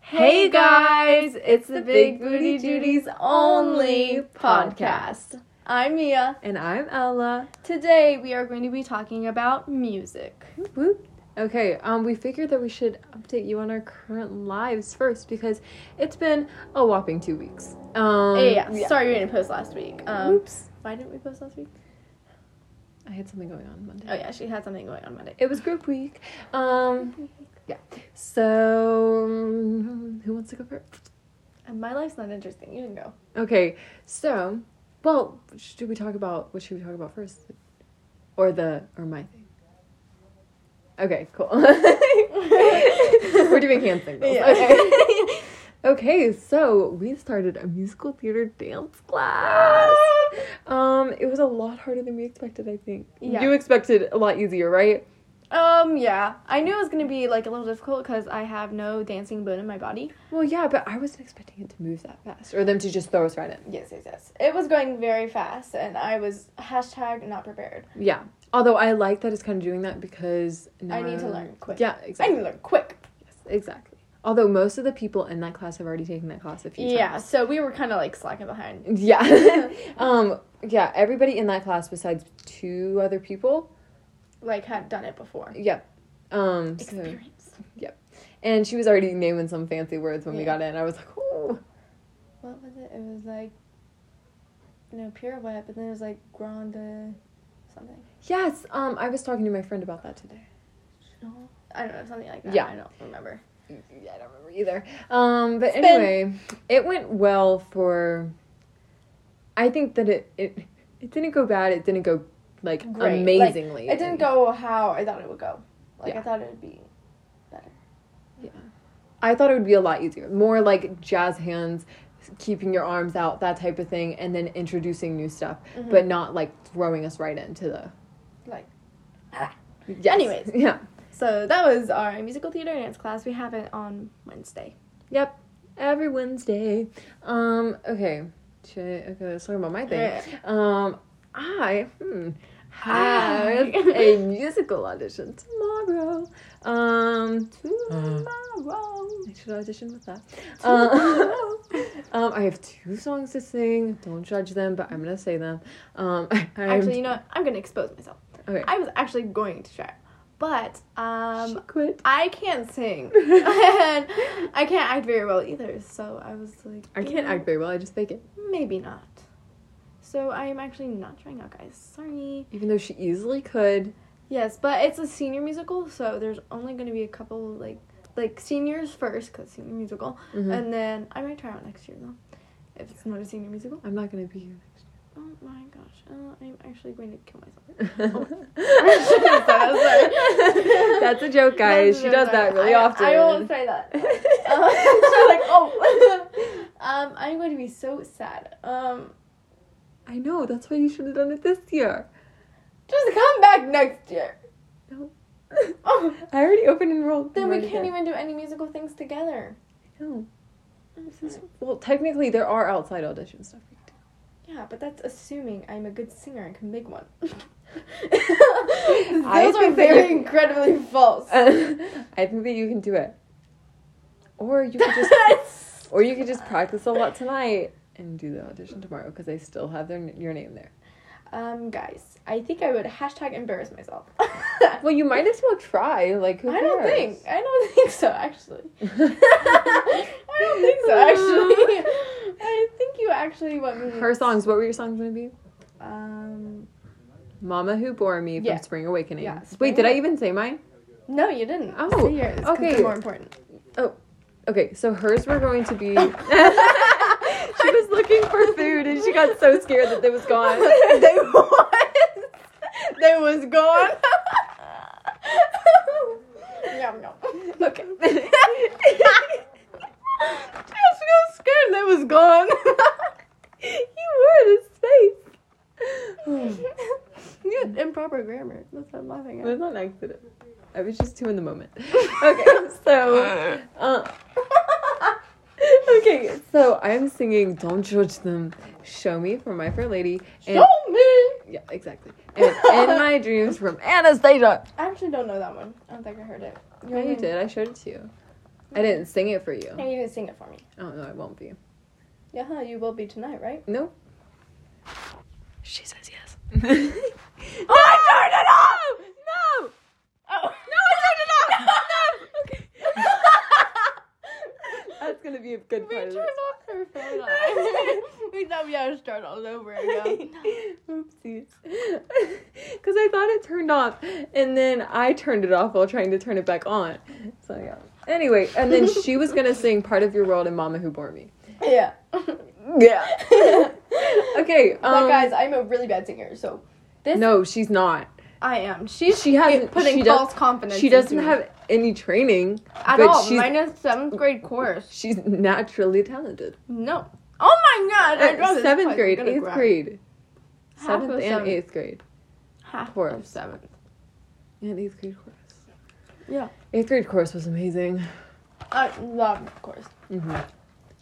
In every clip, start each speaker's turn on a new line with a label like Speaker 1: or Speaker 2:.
Speaker 1: Hey guys, it's the Big Booty Judy's only podcast.
Speaker 2: I'm Mia.
Speaker 1: And I'm Ella.
Speaker 2: Today we are going to be talking about music.
Speaker 1: Whoop. Okay, um, we figured that we should update you on our current lives first because it's been a whopping two weeks. Um,
Speaker 2: Hey, Oh, yeah, sorry we didn't post last week. Um,
Speaker 1: Oops.
Speaker 2: Why didn't we post last week?
Speaker 1: I had something going on Monday.
Speaker 2: Oh yeah, she had something going on Monday.
Speaker 1: It was group week. Um, yeah. So, um, who wants to go first?
Speaker 2: And my life's not interesting. You can go.
Speaker 1: Okay, so, well, should we talk about what should we talk about first, or the or my thing? Okay, cool. We're doing hand signals.
Speaker 2: Yeah.
Speaker 1: Okay. Okay, so we started a musical theater dance class. Um, it was a lot harder than we expected. I think
Speaker 2: Yeah.
Speaker 1: you expected a lot easier, right?
Speaker 2: Um yeah, I knew it was gonna be like a little difficult because I have no dancing bone in my body.
Speaker 1: Well, yeah, but I wasn't expecting it to move that fast, or them to just throw us right in.
Speaker 2: Yes, yes, yes. It was going very fast, and I was hashtag not prepared.
Speaker 1: Yeah. Although I like that it's kind of doing that because now
Speaker 2: I need to learn quick.
Speaker 1: Yeah,
Speaker 2: I
Speaker 1: exactly.
Speaker 2: need to learn quick.
Speaker 1: Yes, exactly. Although most of the people in that class have already taken that class a few
Speaker 2: Yeah,
Speaker 1: times.
Speaker 2: so we were kind of like slacking behind.
Speaker 1: Yeah. um, yeah, everybody in that class besides two other people.
Speaker 2: Like had done it before.
Speaker 1: Yep. Um, so-
Speaker 2: Experience.
Speaker 1: and she was already naming some fancy words when we
Speaker 2: Yeah.
Speaker 1: got in. I was like, ooh.
Speaker 2: what was it? It was like no pirouette, but then it was like grande something.
Speaker 1: Yes, um, I was talking to my friend about that today.
Speaker 2: I don't know, something like that.
Speaker 1: Yeah.
Speaker 2: I don't remember.
Speaker 1: Yeah, I don't remember either. Um, but
Speaker 2: Spin.
Speaker 1: anyway, it went well for. I think that it it it didn't go bad. It didn't go like
Speaker 2: Great. Like,
Speaker 1: amazingly.
Speaker 2: It didn't go how I thought it would go. Like
Speaker 1: Yeah.
Speaker 2: I thought it would be better.
Speaker 1: I thought it would be a lot easier. More like jazz hands, keeping your arms out, that type of thing, and then introducing new stuff,
Speaker 2: Mm-hmm.
Speaker 1: but not like throwing us right into the.
Speaker 2: Like
Speaker 1: Yes.
Speaker 2: Anyways.
Speaker 1: Yeah.
Speaker 2: so that was our musical theater dance class. We have it on Wednesday.
Speaker 1: Yep. Every Wednesday. Um. Okay. Should, okay. Let's talk about my thing.
Speaker 2: Yeah.
Speaker 1: Um. I hmm,
Speaker 2: Hi.
Speaker 1: have a musical audition tomorrow. Um. Tomorrow.
Speaker 2: Uh-huh.
Speaker 1: I should audition with that. Um, um, I have two songs to sing. Don't judge them, but I'm gonna say them. Um, I, I'm,
Speaker 2: Actually, you know, what? I'm gonna expose myself.
Speaker 1: okay.
Speaker 2: I was actually going to try, but
Speaker 1: she
Speaker 2: um,
Speaker 1: quit.
Speaker 2: I can't sing and I can't act very well either. So I was like,
Speaker 1: I
Speaker 2: you
Speaker 1: can't
Speaker 2: know,
Speaker 1: act very well. I just fake it.
Speaker 2: Maybe not. So I am actually not trying out, guys. Sorry.
Speaker 1: Even though she easily could.
Speaker 2: Yes, but it's a senior musical, so there's only going to be a couple like like seniors first, cause senior musical,
Speaker 1: Mhm.
Speaker 2: and then I might try out next year though, if it's not a senior musical.
Speaker 1: I'm not gonna be here next
Speaker 2: Oh my gosh, uh, I'm actually going to kill myself. Oh.
Speaker 1: That's a joke, guys. She does that really
Speaker 2: I,
Speaker 1: often.
Speaker 2: I won't say that. Uh, so like, oh, um, I'm going to be so sad. Um,
Speaker 1: I know. That's why you should have done it this year.
Speaker 2: just come back next year.
Speaker 1: No.
Speaker 2: Oh.
Speaker 1: I already opened enrolled.
Speaker 2: Then we can't even do any musical things together.
Speaker 1: No. This is- Well, technically, there are outside audition stuff. we can
Speaker 2: Yeah, but that's assuming I'm a good singer and can make one.
Speaker 1: I
Speaker 2: Those are
Speaker 1: think that
Speaker 2: very
Speaker 1: you-
Speaker 2: incredibly false.
Speaker 1: do. I think that you can do it. Or you could just, or you could just practice a lot tonight and do the audition tomorrow because I still have their n- your name there.
Speaker 2: um, guys, I think I would hashtag embarrass myself.
Speaker 1: Well, you might as well try. Like, who
Speaker 2: I don't think. I don't think so, actually.
Speaker 1: think.
Speaker 2: I don't think so, actually. I think you actually want me. to-
Speaker 1: Her songs. What were your songs gonna be?
Speaker 2: Um,
Speaker 1: Mama Who Bore Me from
Speaker 2: Yeah.
Speaker 1: Spring Awakening.
Speaker 2: Yeah, Spring
Speaker 1: Wait, did I
Speaker 2: Awakening.
Speaker 1: even say mine?
Speaker 2: no, you didn't.
Speaker 1: Oh,
Speaker 2: Say yours, 'cause
Speaker 1: okay.
Speaker 2: they're More important.
Speaker 1: Okay, so hers were going to be. she was looking for food and she got so scared that it was gone.
Speaker 2: they was. They was gone. yum yum.
Speaker 1: Okay.
Speaker 2: Just so scared they was gone.
Speaker 1: you were
Speaker 2: Hmm.
Speaker 1: this face.
Speaker 2: you had improper grammar. That's what I'm laughing
Speaker 1: it
Speaker 2: at.
Speaker 1: was not an accident. I was just too in the moment. Okay, so. Uh, okay, so I'm singing Don't Judge Them, Show Me from My Fair Lady. And,
Speaker 2: Show me.
Speaker 1: Yeah, exactly. And In My Dreams from Anastasia.
Speaker 2: I actually don't know that one. I don't think I heard it.
Speaker 1: Yeah, you did. I showed it to you. I didn't sing it for you.
Speaker 2: And you can sing it for me.
Speaker 1: Oh no, I won't be.
Speaker 2: Yeah, huh, you will be tonight, right?
Speaker 1: Nope.
Speaker 2: She says yes.
Speaker 1: oh, I turned it off. No.
Speaker 2: Oh.
Speaker 1: No, I turned it off. No. Okay. That's gonna be a good
Speaker 2: we
Speaker 1: part.
Speaker 2: turned
Speaker 1: Of
Speaker 2: off her phone. on. we thought we had to start all over again.
Speaker 1: it. Oopsies. Because I thought it turned off, and then I turned it off while trying to turn it back on. So yeah. Anyway, and then she was gonna sing "Part of Your World" and "Mama Who Bore Me."
Speaker 2: yeah.
Speaker 1: Yeah. okay. Um,
Speaker 2: but guys, I'm a really bad singer, so this
Speaker 1: no, she's not.
Speaker 2: I am. She's
Speaker 1: She hasn't-
Speaker 2: putting
Speaker 1: she does-
Speaker 2: false confidence.
Speaker 1: She doesn't
Speaker 2: into me.
Speaker 1: have any training.
Speaker 2: at
Speaker 1: but
Speaker 2: all.
Speaker 1: she's- Mm.
Speaker 2: Minus seventh grade course.
Speaker 1: She's naturally talented.
Speaker 2: No. Oh my god! I
Speaker 1: Uh,
Speaker 2: dropped this
Speaker 1: seventh
Speaker 2: twice.
Speaker 1: grade,
Speaker 2: I'm gonna
Speaker 1: eighth
Speaker 2: cry.
Speaker 1: grade,
Speaker 2: Half
Speaker 1: seventh
Speaker 2: of
Speaker 1: and
Speaker 2: seventh.
Speaker 1: eighth grade,
Speaker 2: Half of
Speaker 1: Chorus.
Speaker 2: seventh.
Speaker 1: and eighth grade chorus.
Speaker 2: Yeah.
Speaker 1: Eighth grade chorus was amazing.
Speaker 2: I love course.
Speaker 1: hmm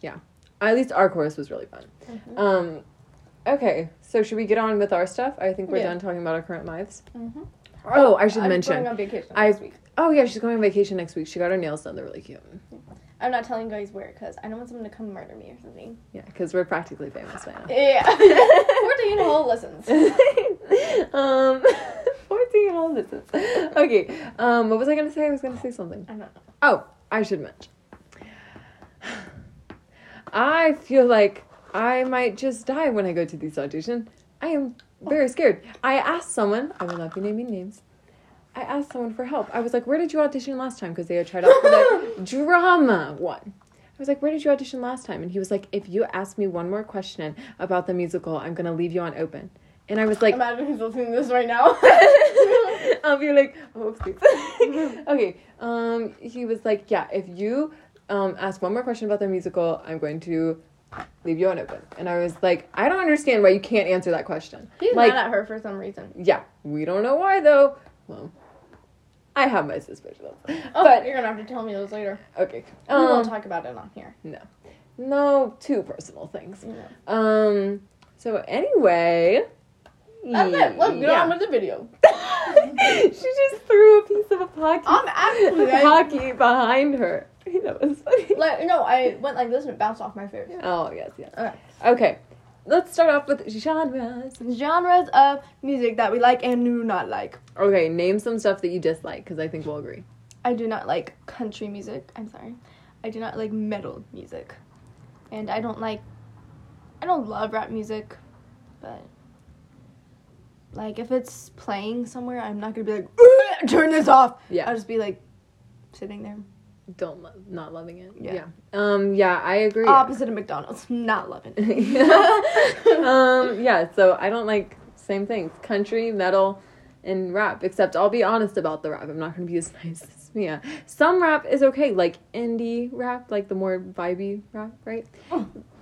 Speaker 1: Yeah, at least our chorus was really fun.
Speaker 2: Mhm.
Speaker 1: Um, okay, so should we get on with our stuff? I think we're
Speaker 2: Yeah.
Speaker 1: done talking about our current lives.
Speaker 2: Mhm.
Speaker 1: Oh, I should
Speaker 2: I'm
Speaker 1: mention,
Speaker 2: going on vacation
Speaker 1: I-
Speaker 2: this week.
Speaker 1: Oh yeah, she's going on vacation next week. She got her nails done; they're really cute.
Speaker 2: I'm not telling you guys where because I don't want someone to come murder me or something.
Speaker 1: Yeah, because we're practically famous by now.
Speaker 2: Yeah. Fourteen whole listens.
Speaker 1: um, 14 whole listens. Okay, um, what was I gonna say? I was gonna say something.
Speaker 2: I don't know.
Speaker 1: Oh, I should mention. I feel like I might just die when I go to these audition. I am very scared. I asked someone, I will not be naming names. I asked someone for help. I was like, "Where did you audition last time?" Because they had tried out for the drama one. I was like, "Where did you audition last time?" And he was like, "If you ask me one more question about the musical, I'm gonna leave you on open." And I was like,
Speaker 2: Imagine he's listening to this right now.
Speaker 1: I'll be like, oh, please. okay. Um, he was like, yeah, if you um ask one more question about the musical, I'm going to leave you on open. And I was like, I don't understand why you can't answer that question.
Speaker 2: He's
Speaker 1: Like-
Speaker 2: mad at her for some reason.
Speaker 1: Yeah, we don't know why though. Well, I have my suspicions.
Speaker 2: Oh,
Speaker 1: But-
Speaker 2: you're gonna have to tell me those later.
Speaker 1: Okay.
Speaker 2: we won't
Speaker 1: Um,
Speaker 2: talk about it on here.
Speaker 1: no, two personal things.
Speaker 2: Yeah.
Speaker 1: Um. So anyway.
Speaker 2: That's it. Let's get
Speaker 1: yeah.
Speaker 2: on with the video.
Speaker 1: she just threw a piece of a pocket
Speaker 2: I'm actually
Speaker 1: the
Speaker 2: I,
Speaker 1: hockey behind her. That was funny.
Speaker 2: like, no, I went like this and it bounced off my face.
Speaker 1: Oh yes, yes.
Speaker 2: Okay.
Speaker 1: Okay, let's start off with genres.
Speaker 2: Genres of music that we like and do not like.
Speaker 1: Okay, name some stuff that you dislike because I think we'll agree.
Speaker 2: I do not like country music. I'm sorry. I do not like metal music. And I don't like I don't love rap music, but like if it's playing somewhere, I'm not going to be like "Ugh, turn this off.
Speaker 1: Yeah.
Speaker 2: I'll just be like sitting there.
Speaker 1: Don't lo- not loving it.
Speaker 2: Yeah.
Speaker 1: Yeah. Um. Yeah, I agree.
Speaker 2: Opposite of McDonald's. Not loving it.
Speaker 1: um. Yeah. So I don't like same things: country, metal, and rap. Except I'll be honest about the rap. I'm not gonna be as nice as Mia. Some rap is okay, like indie rap, like the more vibey rap, right?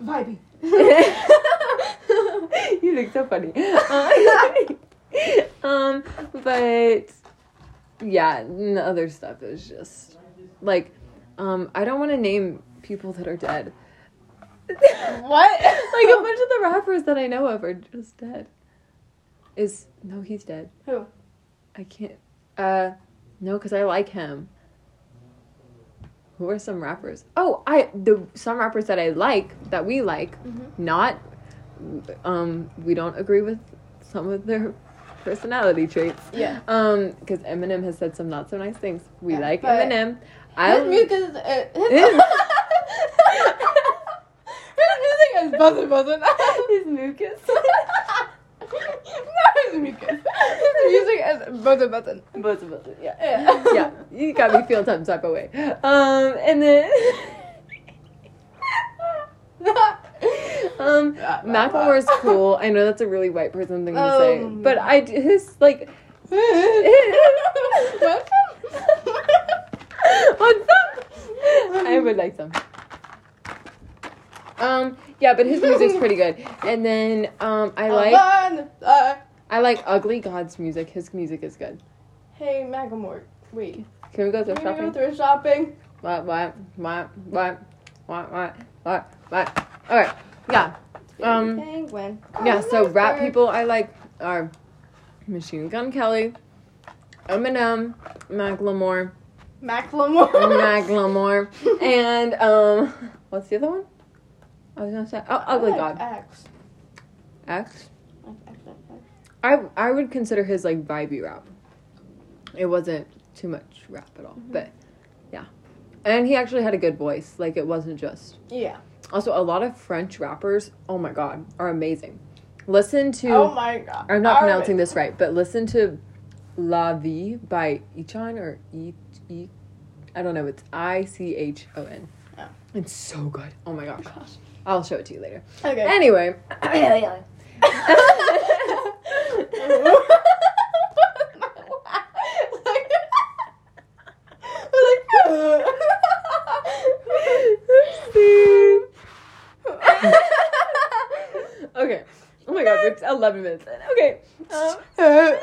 Speaker 2: Vibey.
Speaker 1: you look so funny. Uh, um, but yeah, and the other stuff is just like, um, I don't want to name people that are dead.
Speaker 2: What?
Speaker 1: Like a bunch of the rappers that I know of are just dead. Is no, he's dead.
Speaker 2: Who?
Speaker 1: I can't. Uh, no, because I like him. Who are some rappers? Oh, I the some rappers that I like that we like
Speaker 2: Mhm.
Speaker 1: not um we don't agree with some of their personality traits
Speaker 2: Yeah.
Speaker 1: um because eminem has said some not so nice things we
Speaker 2: Yeah,
Speaker 1: like
Speaker 2: but-
Speaker 1: eminem
Speaker 2: His music
Speaker 1: i
Speaker 2: is. Uh, his, his music is buzzing, buzzing.
Speaker 1: his mucus
Speaker 2: Not his mucus. His music is buzzing, buzzing.
Speaker 1: both of us yeah
Speaker 2: Yeah.
Speaker 1: yeah you got me feeling some type of way um and then um macklemore's cool i know that's a really white person thing to say
Speaker 2: Um.
Speaker 1: but i d- his like What's up? I would like some. Um, yeah, but his music's pretty good. And then um I like
Speaker 2: Alone, uh,
Speaker 1: I like Ugly God's music. His music is good.
Speaker 2: hey, Macklemore. Wait.
Speaker 1: Can we go
Speaker 2: Can
Speaker 1: thrift
Speaker 2: we go
Speaker 1: shopping?
Speaker 2: through shopping?
Speaker 1: What what what what what what what what Alright. Yeah. Um
Speaker 2: Penguin.
Speaker 1: yeah, so rap
Speaker 2: Monster.
Speaker 1: people I like are Machine Gun Kelly, Eminem, Macklemore,
Speaker 2: Macklemore.
Speaker 1: Macklemore. and um, what's the other one? I was gonna say oh, Ugly
Speaker 2: I like
Speaker 1: God
Speaker 2: X.
Speaker 1: X.
Speaker 2: Like X, X, X.
Speaker 1: I I would consider his like vibey rap. It wasn't too much rap at all,
Speaker 2: Mhm.
Speaker 1: but yeah. And he actually had a good voice. Like it wasn't just.
Speaker 2: Yeah.
Speaker 1: Also, a lot of French rappers. Oh my God, are amazing. Listen to.
Speaker 2: Oh my god.
Speaker 1: I'm not
Speaker 2: All
Speaker 1: pronouncing
Speaker 2: right.
Speaker 1: this right, but listen to La Vie by Ichan or E E I don't know, it's I C H O N.
Speaker 2: Oh.
Speaker 1: It's so good. Oh my gosh.
Speaker 2: Gosh.
Speaker 1: I'll show it to you later.
Speaker 2: Okay.
Speaker 1: Anyway. okay. Oh my god, we're t- 11 minutes in. Okay. Um,
Speaker 2: Oh.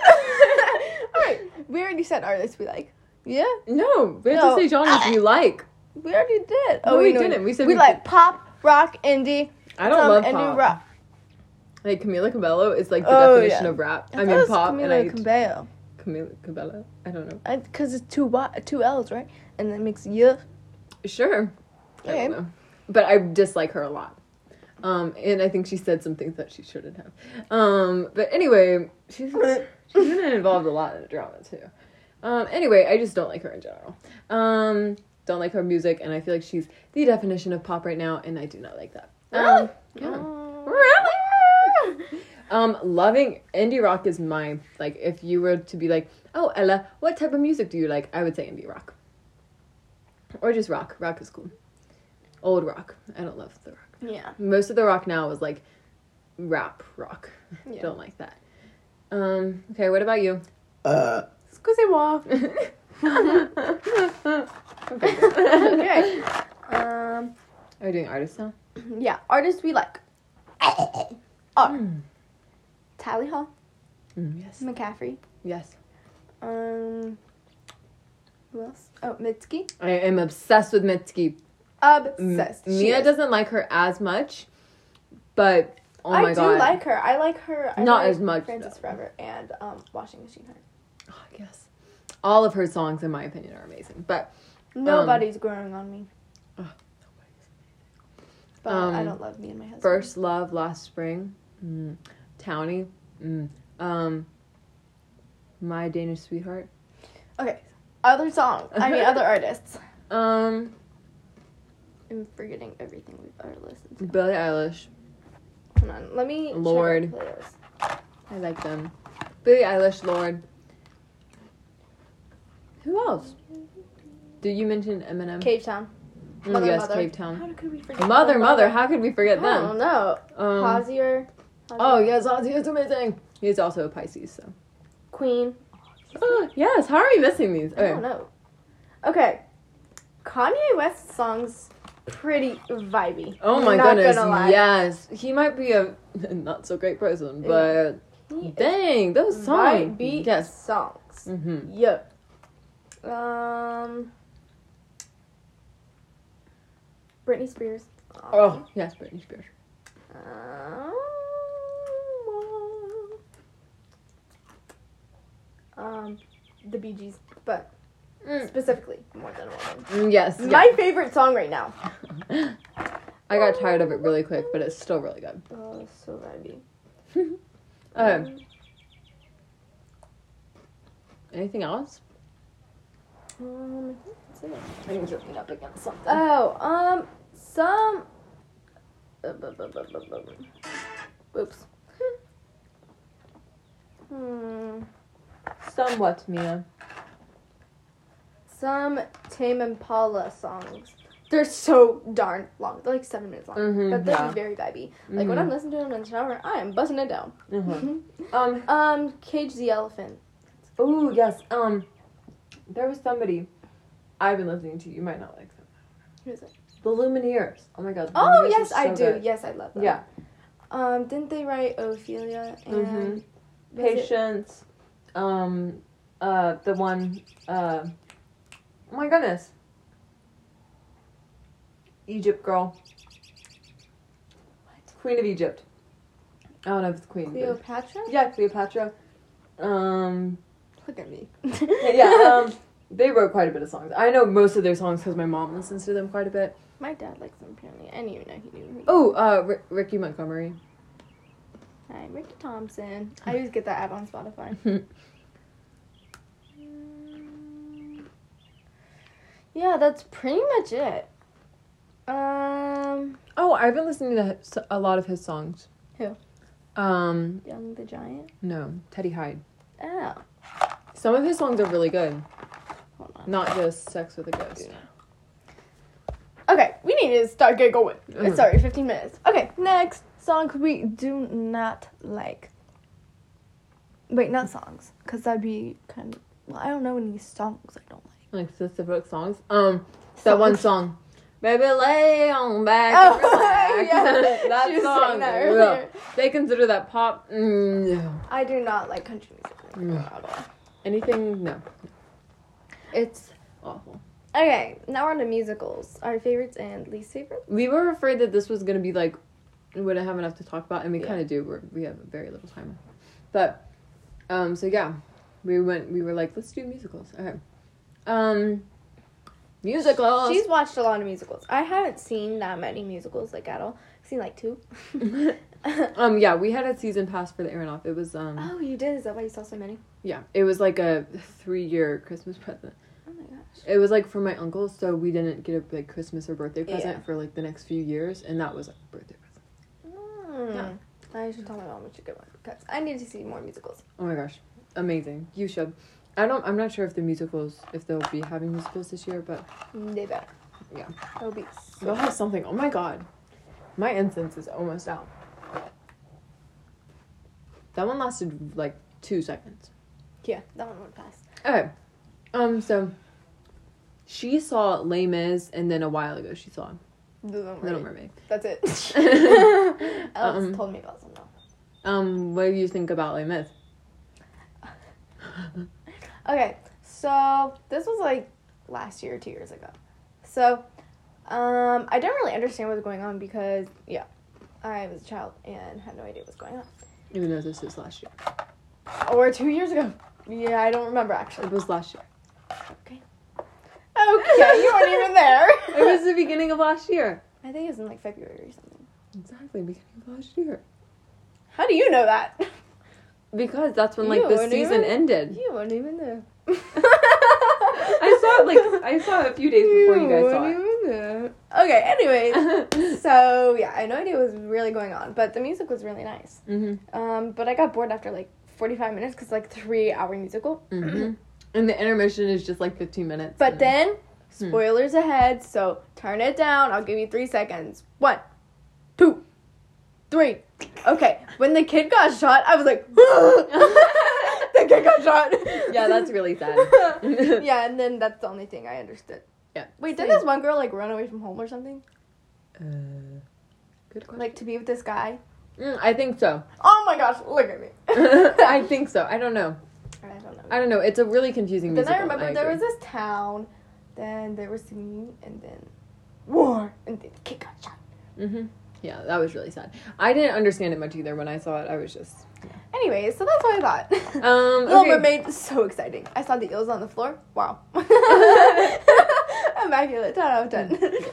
Speaker 2: Alright, we already said artists we like. Yeah,
Speaker 1: no, we have
Speaker 2: No.
Speaker 1: to say genres we like.
Speaker 2: we already did. Oh,
Speaker 1: No, we
Speaker 2: no,
Speaker 1: didn't. We said
Speaker 2: we
Speaker 1: we
Speaker 2: like pop, rock, indie.
Speaker 1: I don't
Speaker 2: some,
Speaker 1: love
Speaker 2: and new
Speaker 1: pop.
Speaker 2: rock.
Speaker 1: Like Camila Cabello is like the
Speaker 2: Oh,
Speaker 1: definition
Speaker 2: yeah.
Speaker 1: of rap.
Speaker 2: I
Speaker 1: I
Speaker 2: thought it
Speaker 1: mean
Speaker 2: was
Speaker 1: pop and I
Speaker 2: Camila Cabello.
Speaker 1: Camila Cabello. I don't know.
Speaker 2: Because it's two y, two L's, right? And that makes you.
Speaker 1: Sure. I
Speaker 2: Okay.
Speaker 1: don't know. But I dislike her a lot. Um, and I think she said some things that she shouldn't have. Um, but anyway, she's she's been involved a lot in the drama too. Um, anyway, I just don't like her in general. Um, don't like her music, and I feel like she's the definition of pop right now, and I do not like that. Um, yeah. Really? Um, loving indie rock is my like. If you were to be like, oh Ella, what type of music do you like? I would say indie rock, or just rock. Rock is cool. Old rock. I don't love the rock.
Speaker 2: Yeah.
Speaker 1: Most of the rock now is like rap rock.
Speaker 2: Yeah.
Speaker 1: Don't like that. Um. Okay. What about you?
Speaker 2: Excusez-moi.
Speaker 1: okay.
Speaker 2: okay. Um.
Speaker 1: Are we doing artists now?
Speaker 2: Yeah. Artists we like. Are
Speaker 1: Hmm.
Speaker 2: Tally Hall,
Speaker 1: Mm, yes.
Speaker 2: McCaffrey.
Speaker 1: Yes.
Speaker 2: Um. Who else? Oh, Mitski.
Speaker 1: I am obsessed with Mitski. M-
Speaker 2: Obsessed. She
Speaker 1: Mia
Speaker 2: is.
Speaker 1: doesn't like her as much, but oh my
Speaker 2: I
Speaker 1: god,
Speaker 2: do like her. I like her. I
Speaker 1: Not
Speaker 2: like
Speaker 1: as much,
Speaker 2: Francis
Speaker 1: though.
Speaker 2: Forever and um, Washing Machine Heart.
Speaker 1: Oh, yes, all of her songs, in my opinion, are amazing. But
Speaker 2: Nobody's growing on me.
Speaker 1: Ugh,
Speaker 2: But I
Speaker 1: Um,
Speaker 2: don't love me and my husband.
Speaker 1: first love, last spring, mm. Townie, mm. um, my Danish sweetheart,
Speaker 2: Okay. Other songs. I mean, other artists.
Speaker 1: um,
Speaker 2: I'm forgetting everything we've ever listened to.
Speaker 1: Billie Eilish.
Speaker 2: Hold on. Let me. check our
Speaker 1: Lord.
Speaker 2: playlist.
Speaker 1: I like them. Billie Eilish, Lord. Who else? Did you mention Eminem?
Speaker 2: Cape Town.
Speaker 1: Mm,
Speaker 2: Mother,
Speaker 1: yes,
Speaker 2: mother.
Speaker 1: Cape Town.
Speaker 2: How could we forget?
Speaker 1: Mother, mother, how could we forget
Speaker 2: I
Speaker 1: them?
Speaker 2: don't know.
Speaker 1: Um,
Speaker 2: Hozier. Hozier,
Speaker 1: Oh yes, Ozzy is amazing. He's also a Pisces, so.
Speaker 2: Queen.
Speaker 1: Oh, yes, how are we missing these?
Speaker 2: I don't
Speaker 1: Okay.
Speaker 2: know. Okay. Kanye West's songs pretty vibey.
Speaker 1: Oh my
Speaker 2: I'm not
Speaker 1: goodness,
Speaker 2: gonna lie.
Speaker 1: yes. He might be a not so great person, but
Speaker 2: He is
Speaker 1: dang, those songs.
Speaker 2: Vibey
Speaker 1: Yes.
Speaker 2: songs.
Speaker 1: Mm-hmm.
Speaker 2: Yo. Um. Britney Spears.
Speaker 1: Oh, yes, Britney Spears.
Speaker 2: Um, the Bee Gees, but
Speaker 1: Mm.
Speaker 2: specifically more than one.
Speaker 1: Mm, Yes. yeah.
Speaker 2: My favorite song right now.
Speaker 1: I got tired of it really quick, but it's still really good.
Speaker 2: Oh, so vibey.
Speaker 1: Okay.
Speaker 2: Um,
Speaker 1: Anything else?
Speaker 2: Um, what's in it?
Speaker 1: I'm jumping up against something.
Speaker 2: Oh, um, some. uh, bu- bu- bu- bu- bu- bu- Oops. Hmm.
Speaker 1: Somewhat, Mia.
Speaker 2: Some Tame Impala songs. They're so darn long. They're like seven minutes long,
Speaker 1: Mhm,
Speaker 2: but they're
Speaker 1: yeah. Mm-hmm.
Speaker 2: very vibey. Like when I'm listening to them in the shower, I am buzzing it down. Mm-hmm.
Speaker 1: Mhm. Um,
Speaker 2: um, Cage the Elephant.
Speaker 1: Oh yes. Um, there was somebody I've been listening to. You might not like them.
Speaker 2: Who is it?
Speaker 1: The Lumineers. Oh my god.
Speaker 2: Oh
Speaker 1: the Lumineers
Speaker 2: yes,
Speaker 1: are
Speaker 2: I
Speaker 1: so
Speaker 2: do.
Speaker 1: good.
Speaker 2: Yes, I love them.
Speaker 1: Yeah.
Speaker 2: Um, didn't they write Ophelia and
Speaker 1: Mhm.
Speaker 2: was it-
Speaker 1: Patience. Um, uh, the one. Uh, oh my goodness. Egypt girl.
Speaker 2: What?
Speaker 1: Queen of Egypt. I don't know if it's queen. but-
Speaker 2: Cleopatra?
Speaker 1: Yeah, Cleopatra. Um,
Speaker 2: Look at me.
Speaker 1: yeah. Um, They wrote quite a bit of songs. I know most of their songs because my mom listens to them quite a bit.
Speaker 2: My dad likes them apparently. I didn't even know he knew.
Speaker 1: Oh, uh, Ri Ricky Montgomery.
Speaker 2: Hi, Ricky Thompson. I always get that app on Spotify. Mm. Yeah, that's pretty much it. Um,
Speaker 1: oh, I've been listening to his- a lot of his songs.
Speaker 2: Who?
Speaker 1: Um,
Speaker 2: Young the Giant.
Speaker 1: no, Teddy Hyde.
Speaker 2: Oh,
Speaker 1: Some of his songs are really good,
Speaker 2: hold on.
Speaker 1: not just "Sex with a Ghost."
Speaker 2: Okay, we need to start get going. Uh,
Speaker 1: Mhm.
Speaker 2: Sorry, 15 minutes. Okay, next song we do not like. Wait, not songs, because that'd be kind of. Well, I don't know any songs I don't like.
Speaker 1: Like specific songs. Um, that one song. Baby, lay on back. and
Speaker 2: Oh,
Speaker 1: relax.
Speaker 2: yeah.
Speaker 1: that
Speaker 2: She was
Speaker 1: song.
Speaker 2: saying that
Speaker 1: ugh.
Speaker 2: earlier.
Speaker 1: They consider that pop. Mm, no.
Speaker 2: I do not like country music
Speaker 1: Mm.
Speaker 2: at all.
Speaker 1: Anything? No. It's awful.
Speaker 2: Okay, now we're on to musicals. Our favorites and least favorites.
Speaker 1: We were afraid that this was gonna be like we wouldn't have enough to talk about, and we
Speaker 2: Yeah.
Speaker 1: kind of do. We're, we have very little time, but um. So yeah, we went. We were like, let's do musicals. Okay. Um, musicals.
Speaker 2: She's watched a lot of musicals. I haven't seen that many musicals, like at all. I've seen like two.
Speaker 1: um. Yeah, we had a season pass for the Aronoff. It was um.
Speaker 2: oh, you did? Is that why you saw so many?
Speaker 1: Yeah, it was like a three-year Christmas present.
Speaker 2: Oh my gosh.
Speaker 1: It was like for my uncle, so we didn't get a like Christmas or birthday present
Speaker 2: Yeah.
Speaker 1: for like the next few years, and that was like a birthday present.
Speaker 2: Mm. I should tell my mom what you get one because I need to see more musicals.
Speaker 1: Oh my gosh, amazing! You should. I don't. I'm not sure if the musicals, if they'll be having musicals this year, but
Speaker 2: They better.
Speaker 1: Yeah.
Speaker 2: That'll be so
Speaker 1: they'll have something. Oh my god, my incense is almost out. That one lasted like two seconds.
Speaker 2: Yeah, that one went fast.
Speaker 1: Okay, um, so she saw Les Mis, and then a while ago she saw
Speaker 2: Little
Speaker 1: Little
Speaker 2: Mermaid. Uh-uh.
Speaker 1: Mermaid.
Speaker 2: That's it. Alex
Speaker 1: Um,
Speaker 2: told me about some though.
Speaker 1: Um, what do you think about Les Mis?
Speaker 2: Okay, so this was like last year, two years ago. So, um, I didn't really understand what was going on because, yeah, I was a child and had no idea what was going on.
Speaker 1: Even though this was last year.
Speaker 2: Or two years ago. Yeah, I don't remember
Speaker 1: It
Speaker 2: actually.
Speaker 1: was last year.
Speaker 2: Okay, you weren't even there.
Speaker 1: It was the beginning of last year.
Speaker 2: I think it was in like February or something.
Speaker 1: Exactly, beginning of last year.
Speaker 2: How do you know that?
Speaker 1: Because that's when like
Speaker 2: You
Speaker 1: the
Speaker 2: weren't
Speaker 1: season
Speaker 2: even-
Speaker 1: ended.
Speaker 2: You weren't even there.
Speaker 1: I
Speaker 2: I
Speaker 1: saw it like I saw it a few days before you guys saw it.
Speaker 2: Okay, anyways. so yeah, I had no idea what was really going on, but the music was really nice.
Speaker 1: mhm.
Speaker 2: Um, but I got bored after like forty five minutes because like three hour musical.
Speaker 1: Mhm. And the intermission is just like 15 minutes.
Speaker 2: But
Speaker 1: and-
Speaker 2: then
Speaker 1: Hmm.
Speaker 2: spoilers ahead, so turn it down. I'll give you three seconds. One, two, three. Okay, when the kid got shot, I was like, the kid got shot.
Speaker 1: yeah, that's really sad.
Speaker 2: yeah, and then that's the only thing I understood.
Speaker 1: Yeah.
Speaker 2: Wait,
Speaker 1: Same.
Speaker 2: did this one girl like run away from home or something?
Speaker 1: Uh, good question.
Speaker 2: Like to be with this guy?
Speaker 1: Mm, I think so.
Speaker 2: Oh my gosh, look at me.
Speaker 1: I think so. I don't know.
Speaker 2: I don't know.
Speaker 1: I don't know. It's a really confusing
Speaker 2: then I
Speaker 1: musical,
Speaker 2: remember there
Speaker 1: agree.
Speaker 2: was this town, then there was singing, and then war, and then the kid got shot.
Speaker 1: hmm Yeah, that was really sad. I didn't understand it much either when I saw it. I was just
Speaker 2: Anyway, so that's what I thought.
Speaker 1: um
Speaker 2: Little
Speaker 1: okay.
Speaker 2: Mermaid, so exciting. I saw the eels on the floor. Wow. Immaculate. 10 out of 10.
Speaker 1: Mm.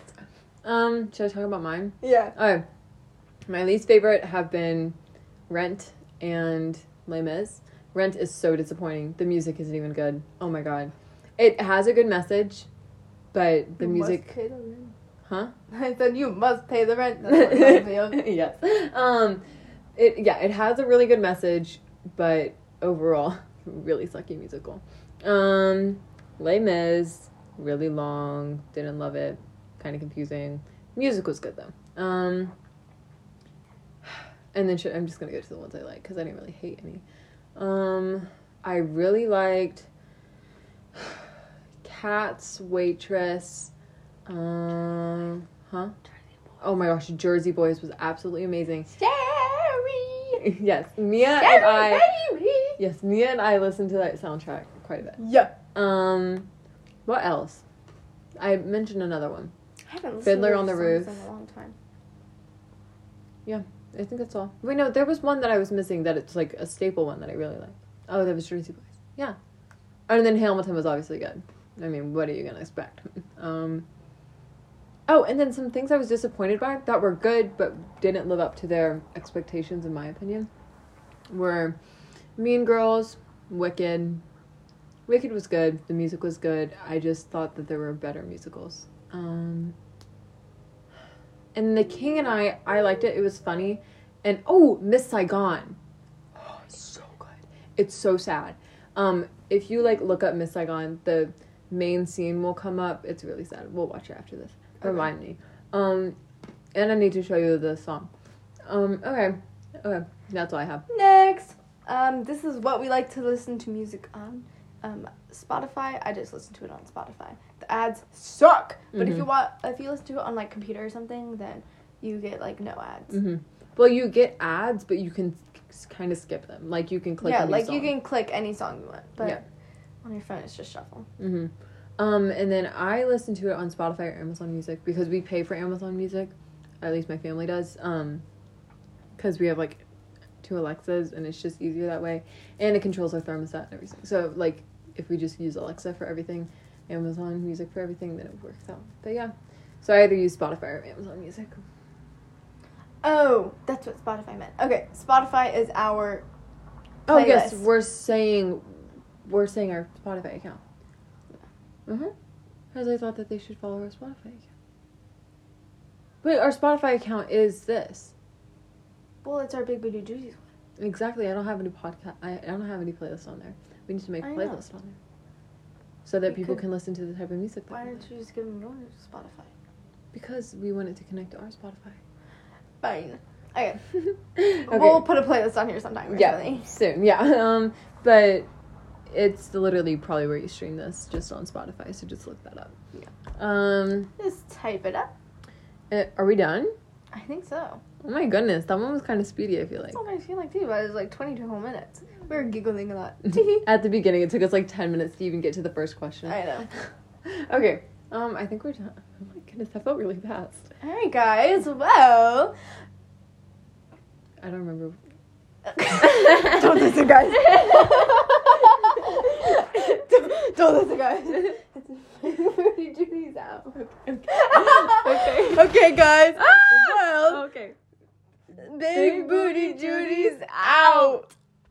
Speaker 1: Um, should I talk about mine?
Speaker 2: yeah.
Speaker 1: Okay. Oh, My least favorite have been Rent and Les Mis. Rent is so disappointing. The music isn't even good. Oh my god. It has a good message, but the
Speaker 2: You
Speaker 1: music
Speaker 2: must pay the rent.
Speaker 1: Huh?
Speaker 2: I said, you must pay the rent. That's what I feel.
Speaker 1: yes. Um it yeah, it has a really good message, but overall really sucky musical. Um Les Mis, really long, didn't love it, kind of confusing. Music was good though. Um and then should, I'm just gonna go to the ones I like because I didn't really hate any. Um, I really liked Cats, Waitress. Um, huh? Oh my gosh, Jersey Boys was absolutely amazing.
Speaker 2: Sorry.
Speaker 1: yes, Mia and
Speaker 2: Sorry,
Speaker 1: I.
Speaker 2: baby.
Speaker 1: Yes, Mia and I listened to that soundtrack quite a bit.
Speaker 2: Yeah.
Speaker 1: Um, what else? I mentioned another one.
Speaker 2: I haven't listened
Speaker 1: Fiddler
Speaker 2: to
Speaker 1: on the
Speaker 2: songs
Speaker 1: Roof.
Speaker 2: in a long time.
Speaker 1: I think that's all. Wait, no, there was one that I was missing that it's like a staple one that I really like. Oh, that was Jersey Boys. Yeah. And then Hamilton was obviously good. I mean, what are you gonna expect? Um, oh, and then some things I was disappointed by that were good but didn't live up to their expectations, in my opinion, were Mean Girls, Wicked. Wicked was good. The music was good. I just thought that there were better musicals. Um, and The King and I, I liked it. It was funny. And oh, Miss Saigon. Oh, it's so good. It's so sad. Um, if you like look up Miss Saigon, the main scene will come up. It's really sad. We'll watch it after this.
Speaker 2: Okay.
Speaker 1: Remind me. Um, and I need to show you the song. Um, okay, okay, that's all I have.
Speaker 2: Next. Um, this is what we like to listen to music on. Um, Spotify. I just listen to it on Spotify. The ads suck. But if you
Speaker 1: Mhm.
Speaker 2: want, if you listen to it on like computer or something, then you get like no ads.
Speaker 1: hmm Well, you get ads, but you can kind of skip them. Like you can click.
Speaker 2: yeah,
Speaker 1: a new
Speaker 2: like you
Speaker 1: song.
Speaker 2: can click any song you want, but
Speaker 1: Yeah.
Speaker 2: on your phone it's just shuffle.
Speaker 1: hmm Um, and then I listen to it on Spotify or Amazon Music because we pay for Amazon Music, at least my family does. Um, because we have like two Alexas and it's just easier that way, and it controls our thermostat and everything. So like, if we just use Alexa for everything, Amazon Music for everything, then it works out. But yeah, so I either use Spotify or Amazon Music.
Speaker 2: Oh, that's what Spotify meant. Okay, Spotify is our.
Speaker 1: Oh yes,
Speaker 2: playlist.
Speaker 1: we're saying, we're saying our Spotify account.
Speaker 2: Mm-hmm.
Speaker 1: Mhm. Because I thought that they should follow our Spotify account. Wait, our Spotify account is this
Speaker 2: Well, it's our Big Booty Judy's one.
Speaker 1: exactly. I don't have any podcast. I, I don't have any playlists on there. We need to make a
Speaker 2: I know.
Speaker 1: playlist on there, so that
Speaker 2: We
Speaker 1: people
Speaker 2: could-
Speaker 1: can listen to the type of music. That
Speaker 2: Why
Speaker 1: we
Speaker 2: don't
Speaker 1: like.
Speaker 2: you just give them yours, Spotify?
Speaker 1: Because we want it to connect to our Spotify.
Speaker 2: Fine. Okay.
Speaker 1: Okay.
Speaker 2: We'll put a playlist on here sometime. or
Speaker 1: yeah,
Speaker 2: something.
Speaker 1: soon. Yeah. Um, but it's literally probably where you stream this, just on Spotify. So just look that up.
Speaker 2: Yeah.
Speaker 1: Um.
Speaker 2: Just type it up.
Speaker 1: Uh, are we done?
Speaker 2: I think so.
Speaker 1: Oh my goodness, that one was kind of speedy, I feel like.
Speaker 2: That's what I feel like too, but it was like 22 whole minutes. We were giggling a lot.
Speaker 1: At the beginning, it took us like 10 minutes to even get to the first question.
Speaker 2: I know.
Speaker 1: okay, um, I think we're done. Oh my goodness, that felt really fast.
Speaker 2: Alright, guys. Well.
Speaker 1: I don't remember.
Speaker 2: don't listen, guys. don't, don't listen, guys. It's Booty Judy's out.
Speaker 1: Okay.
Speaker 2: Okay, guys.
Speaker 1: Ah!
Speaker 2: Well,
Speaker 1: okay.
Speaker 2: Big Booty Judy's out.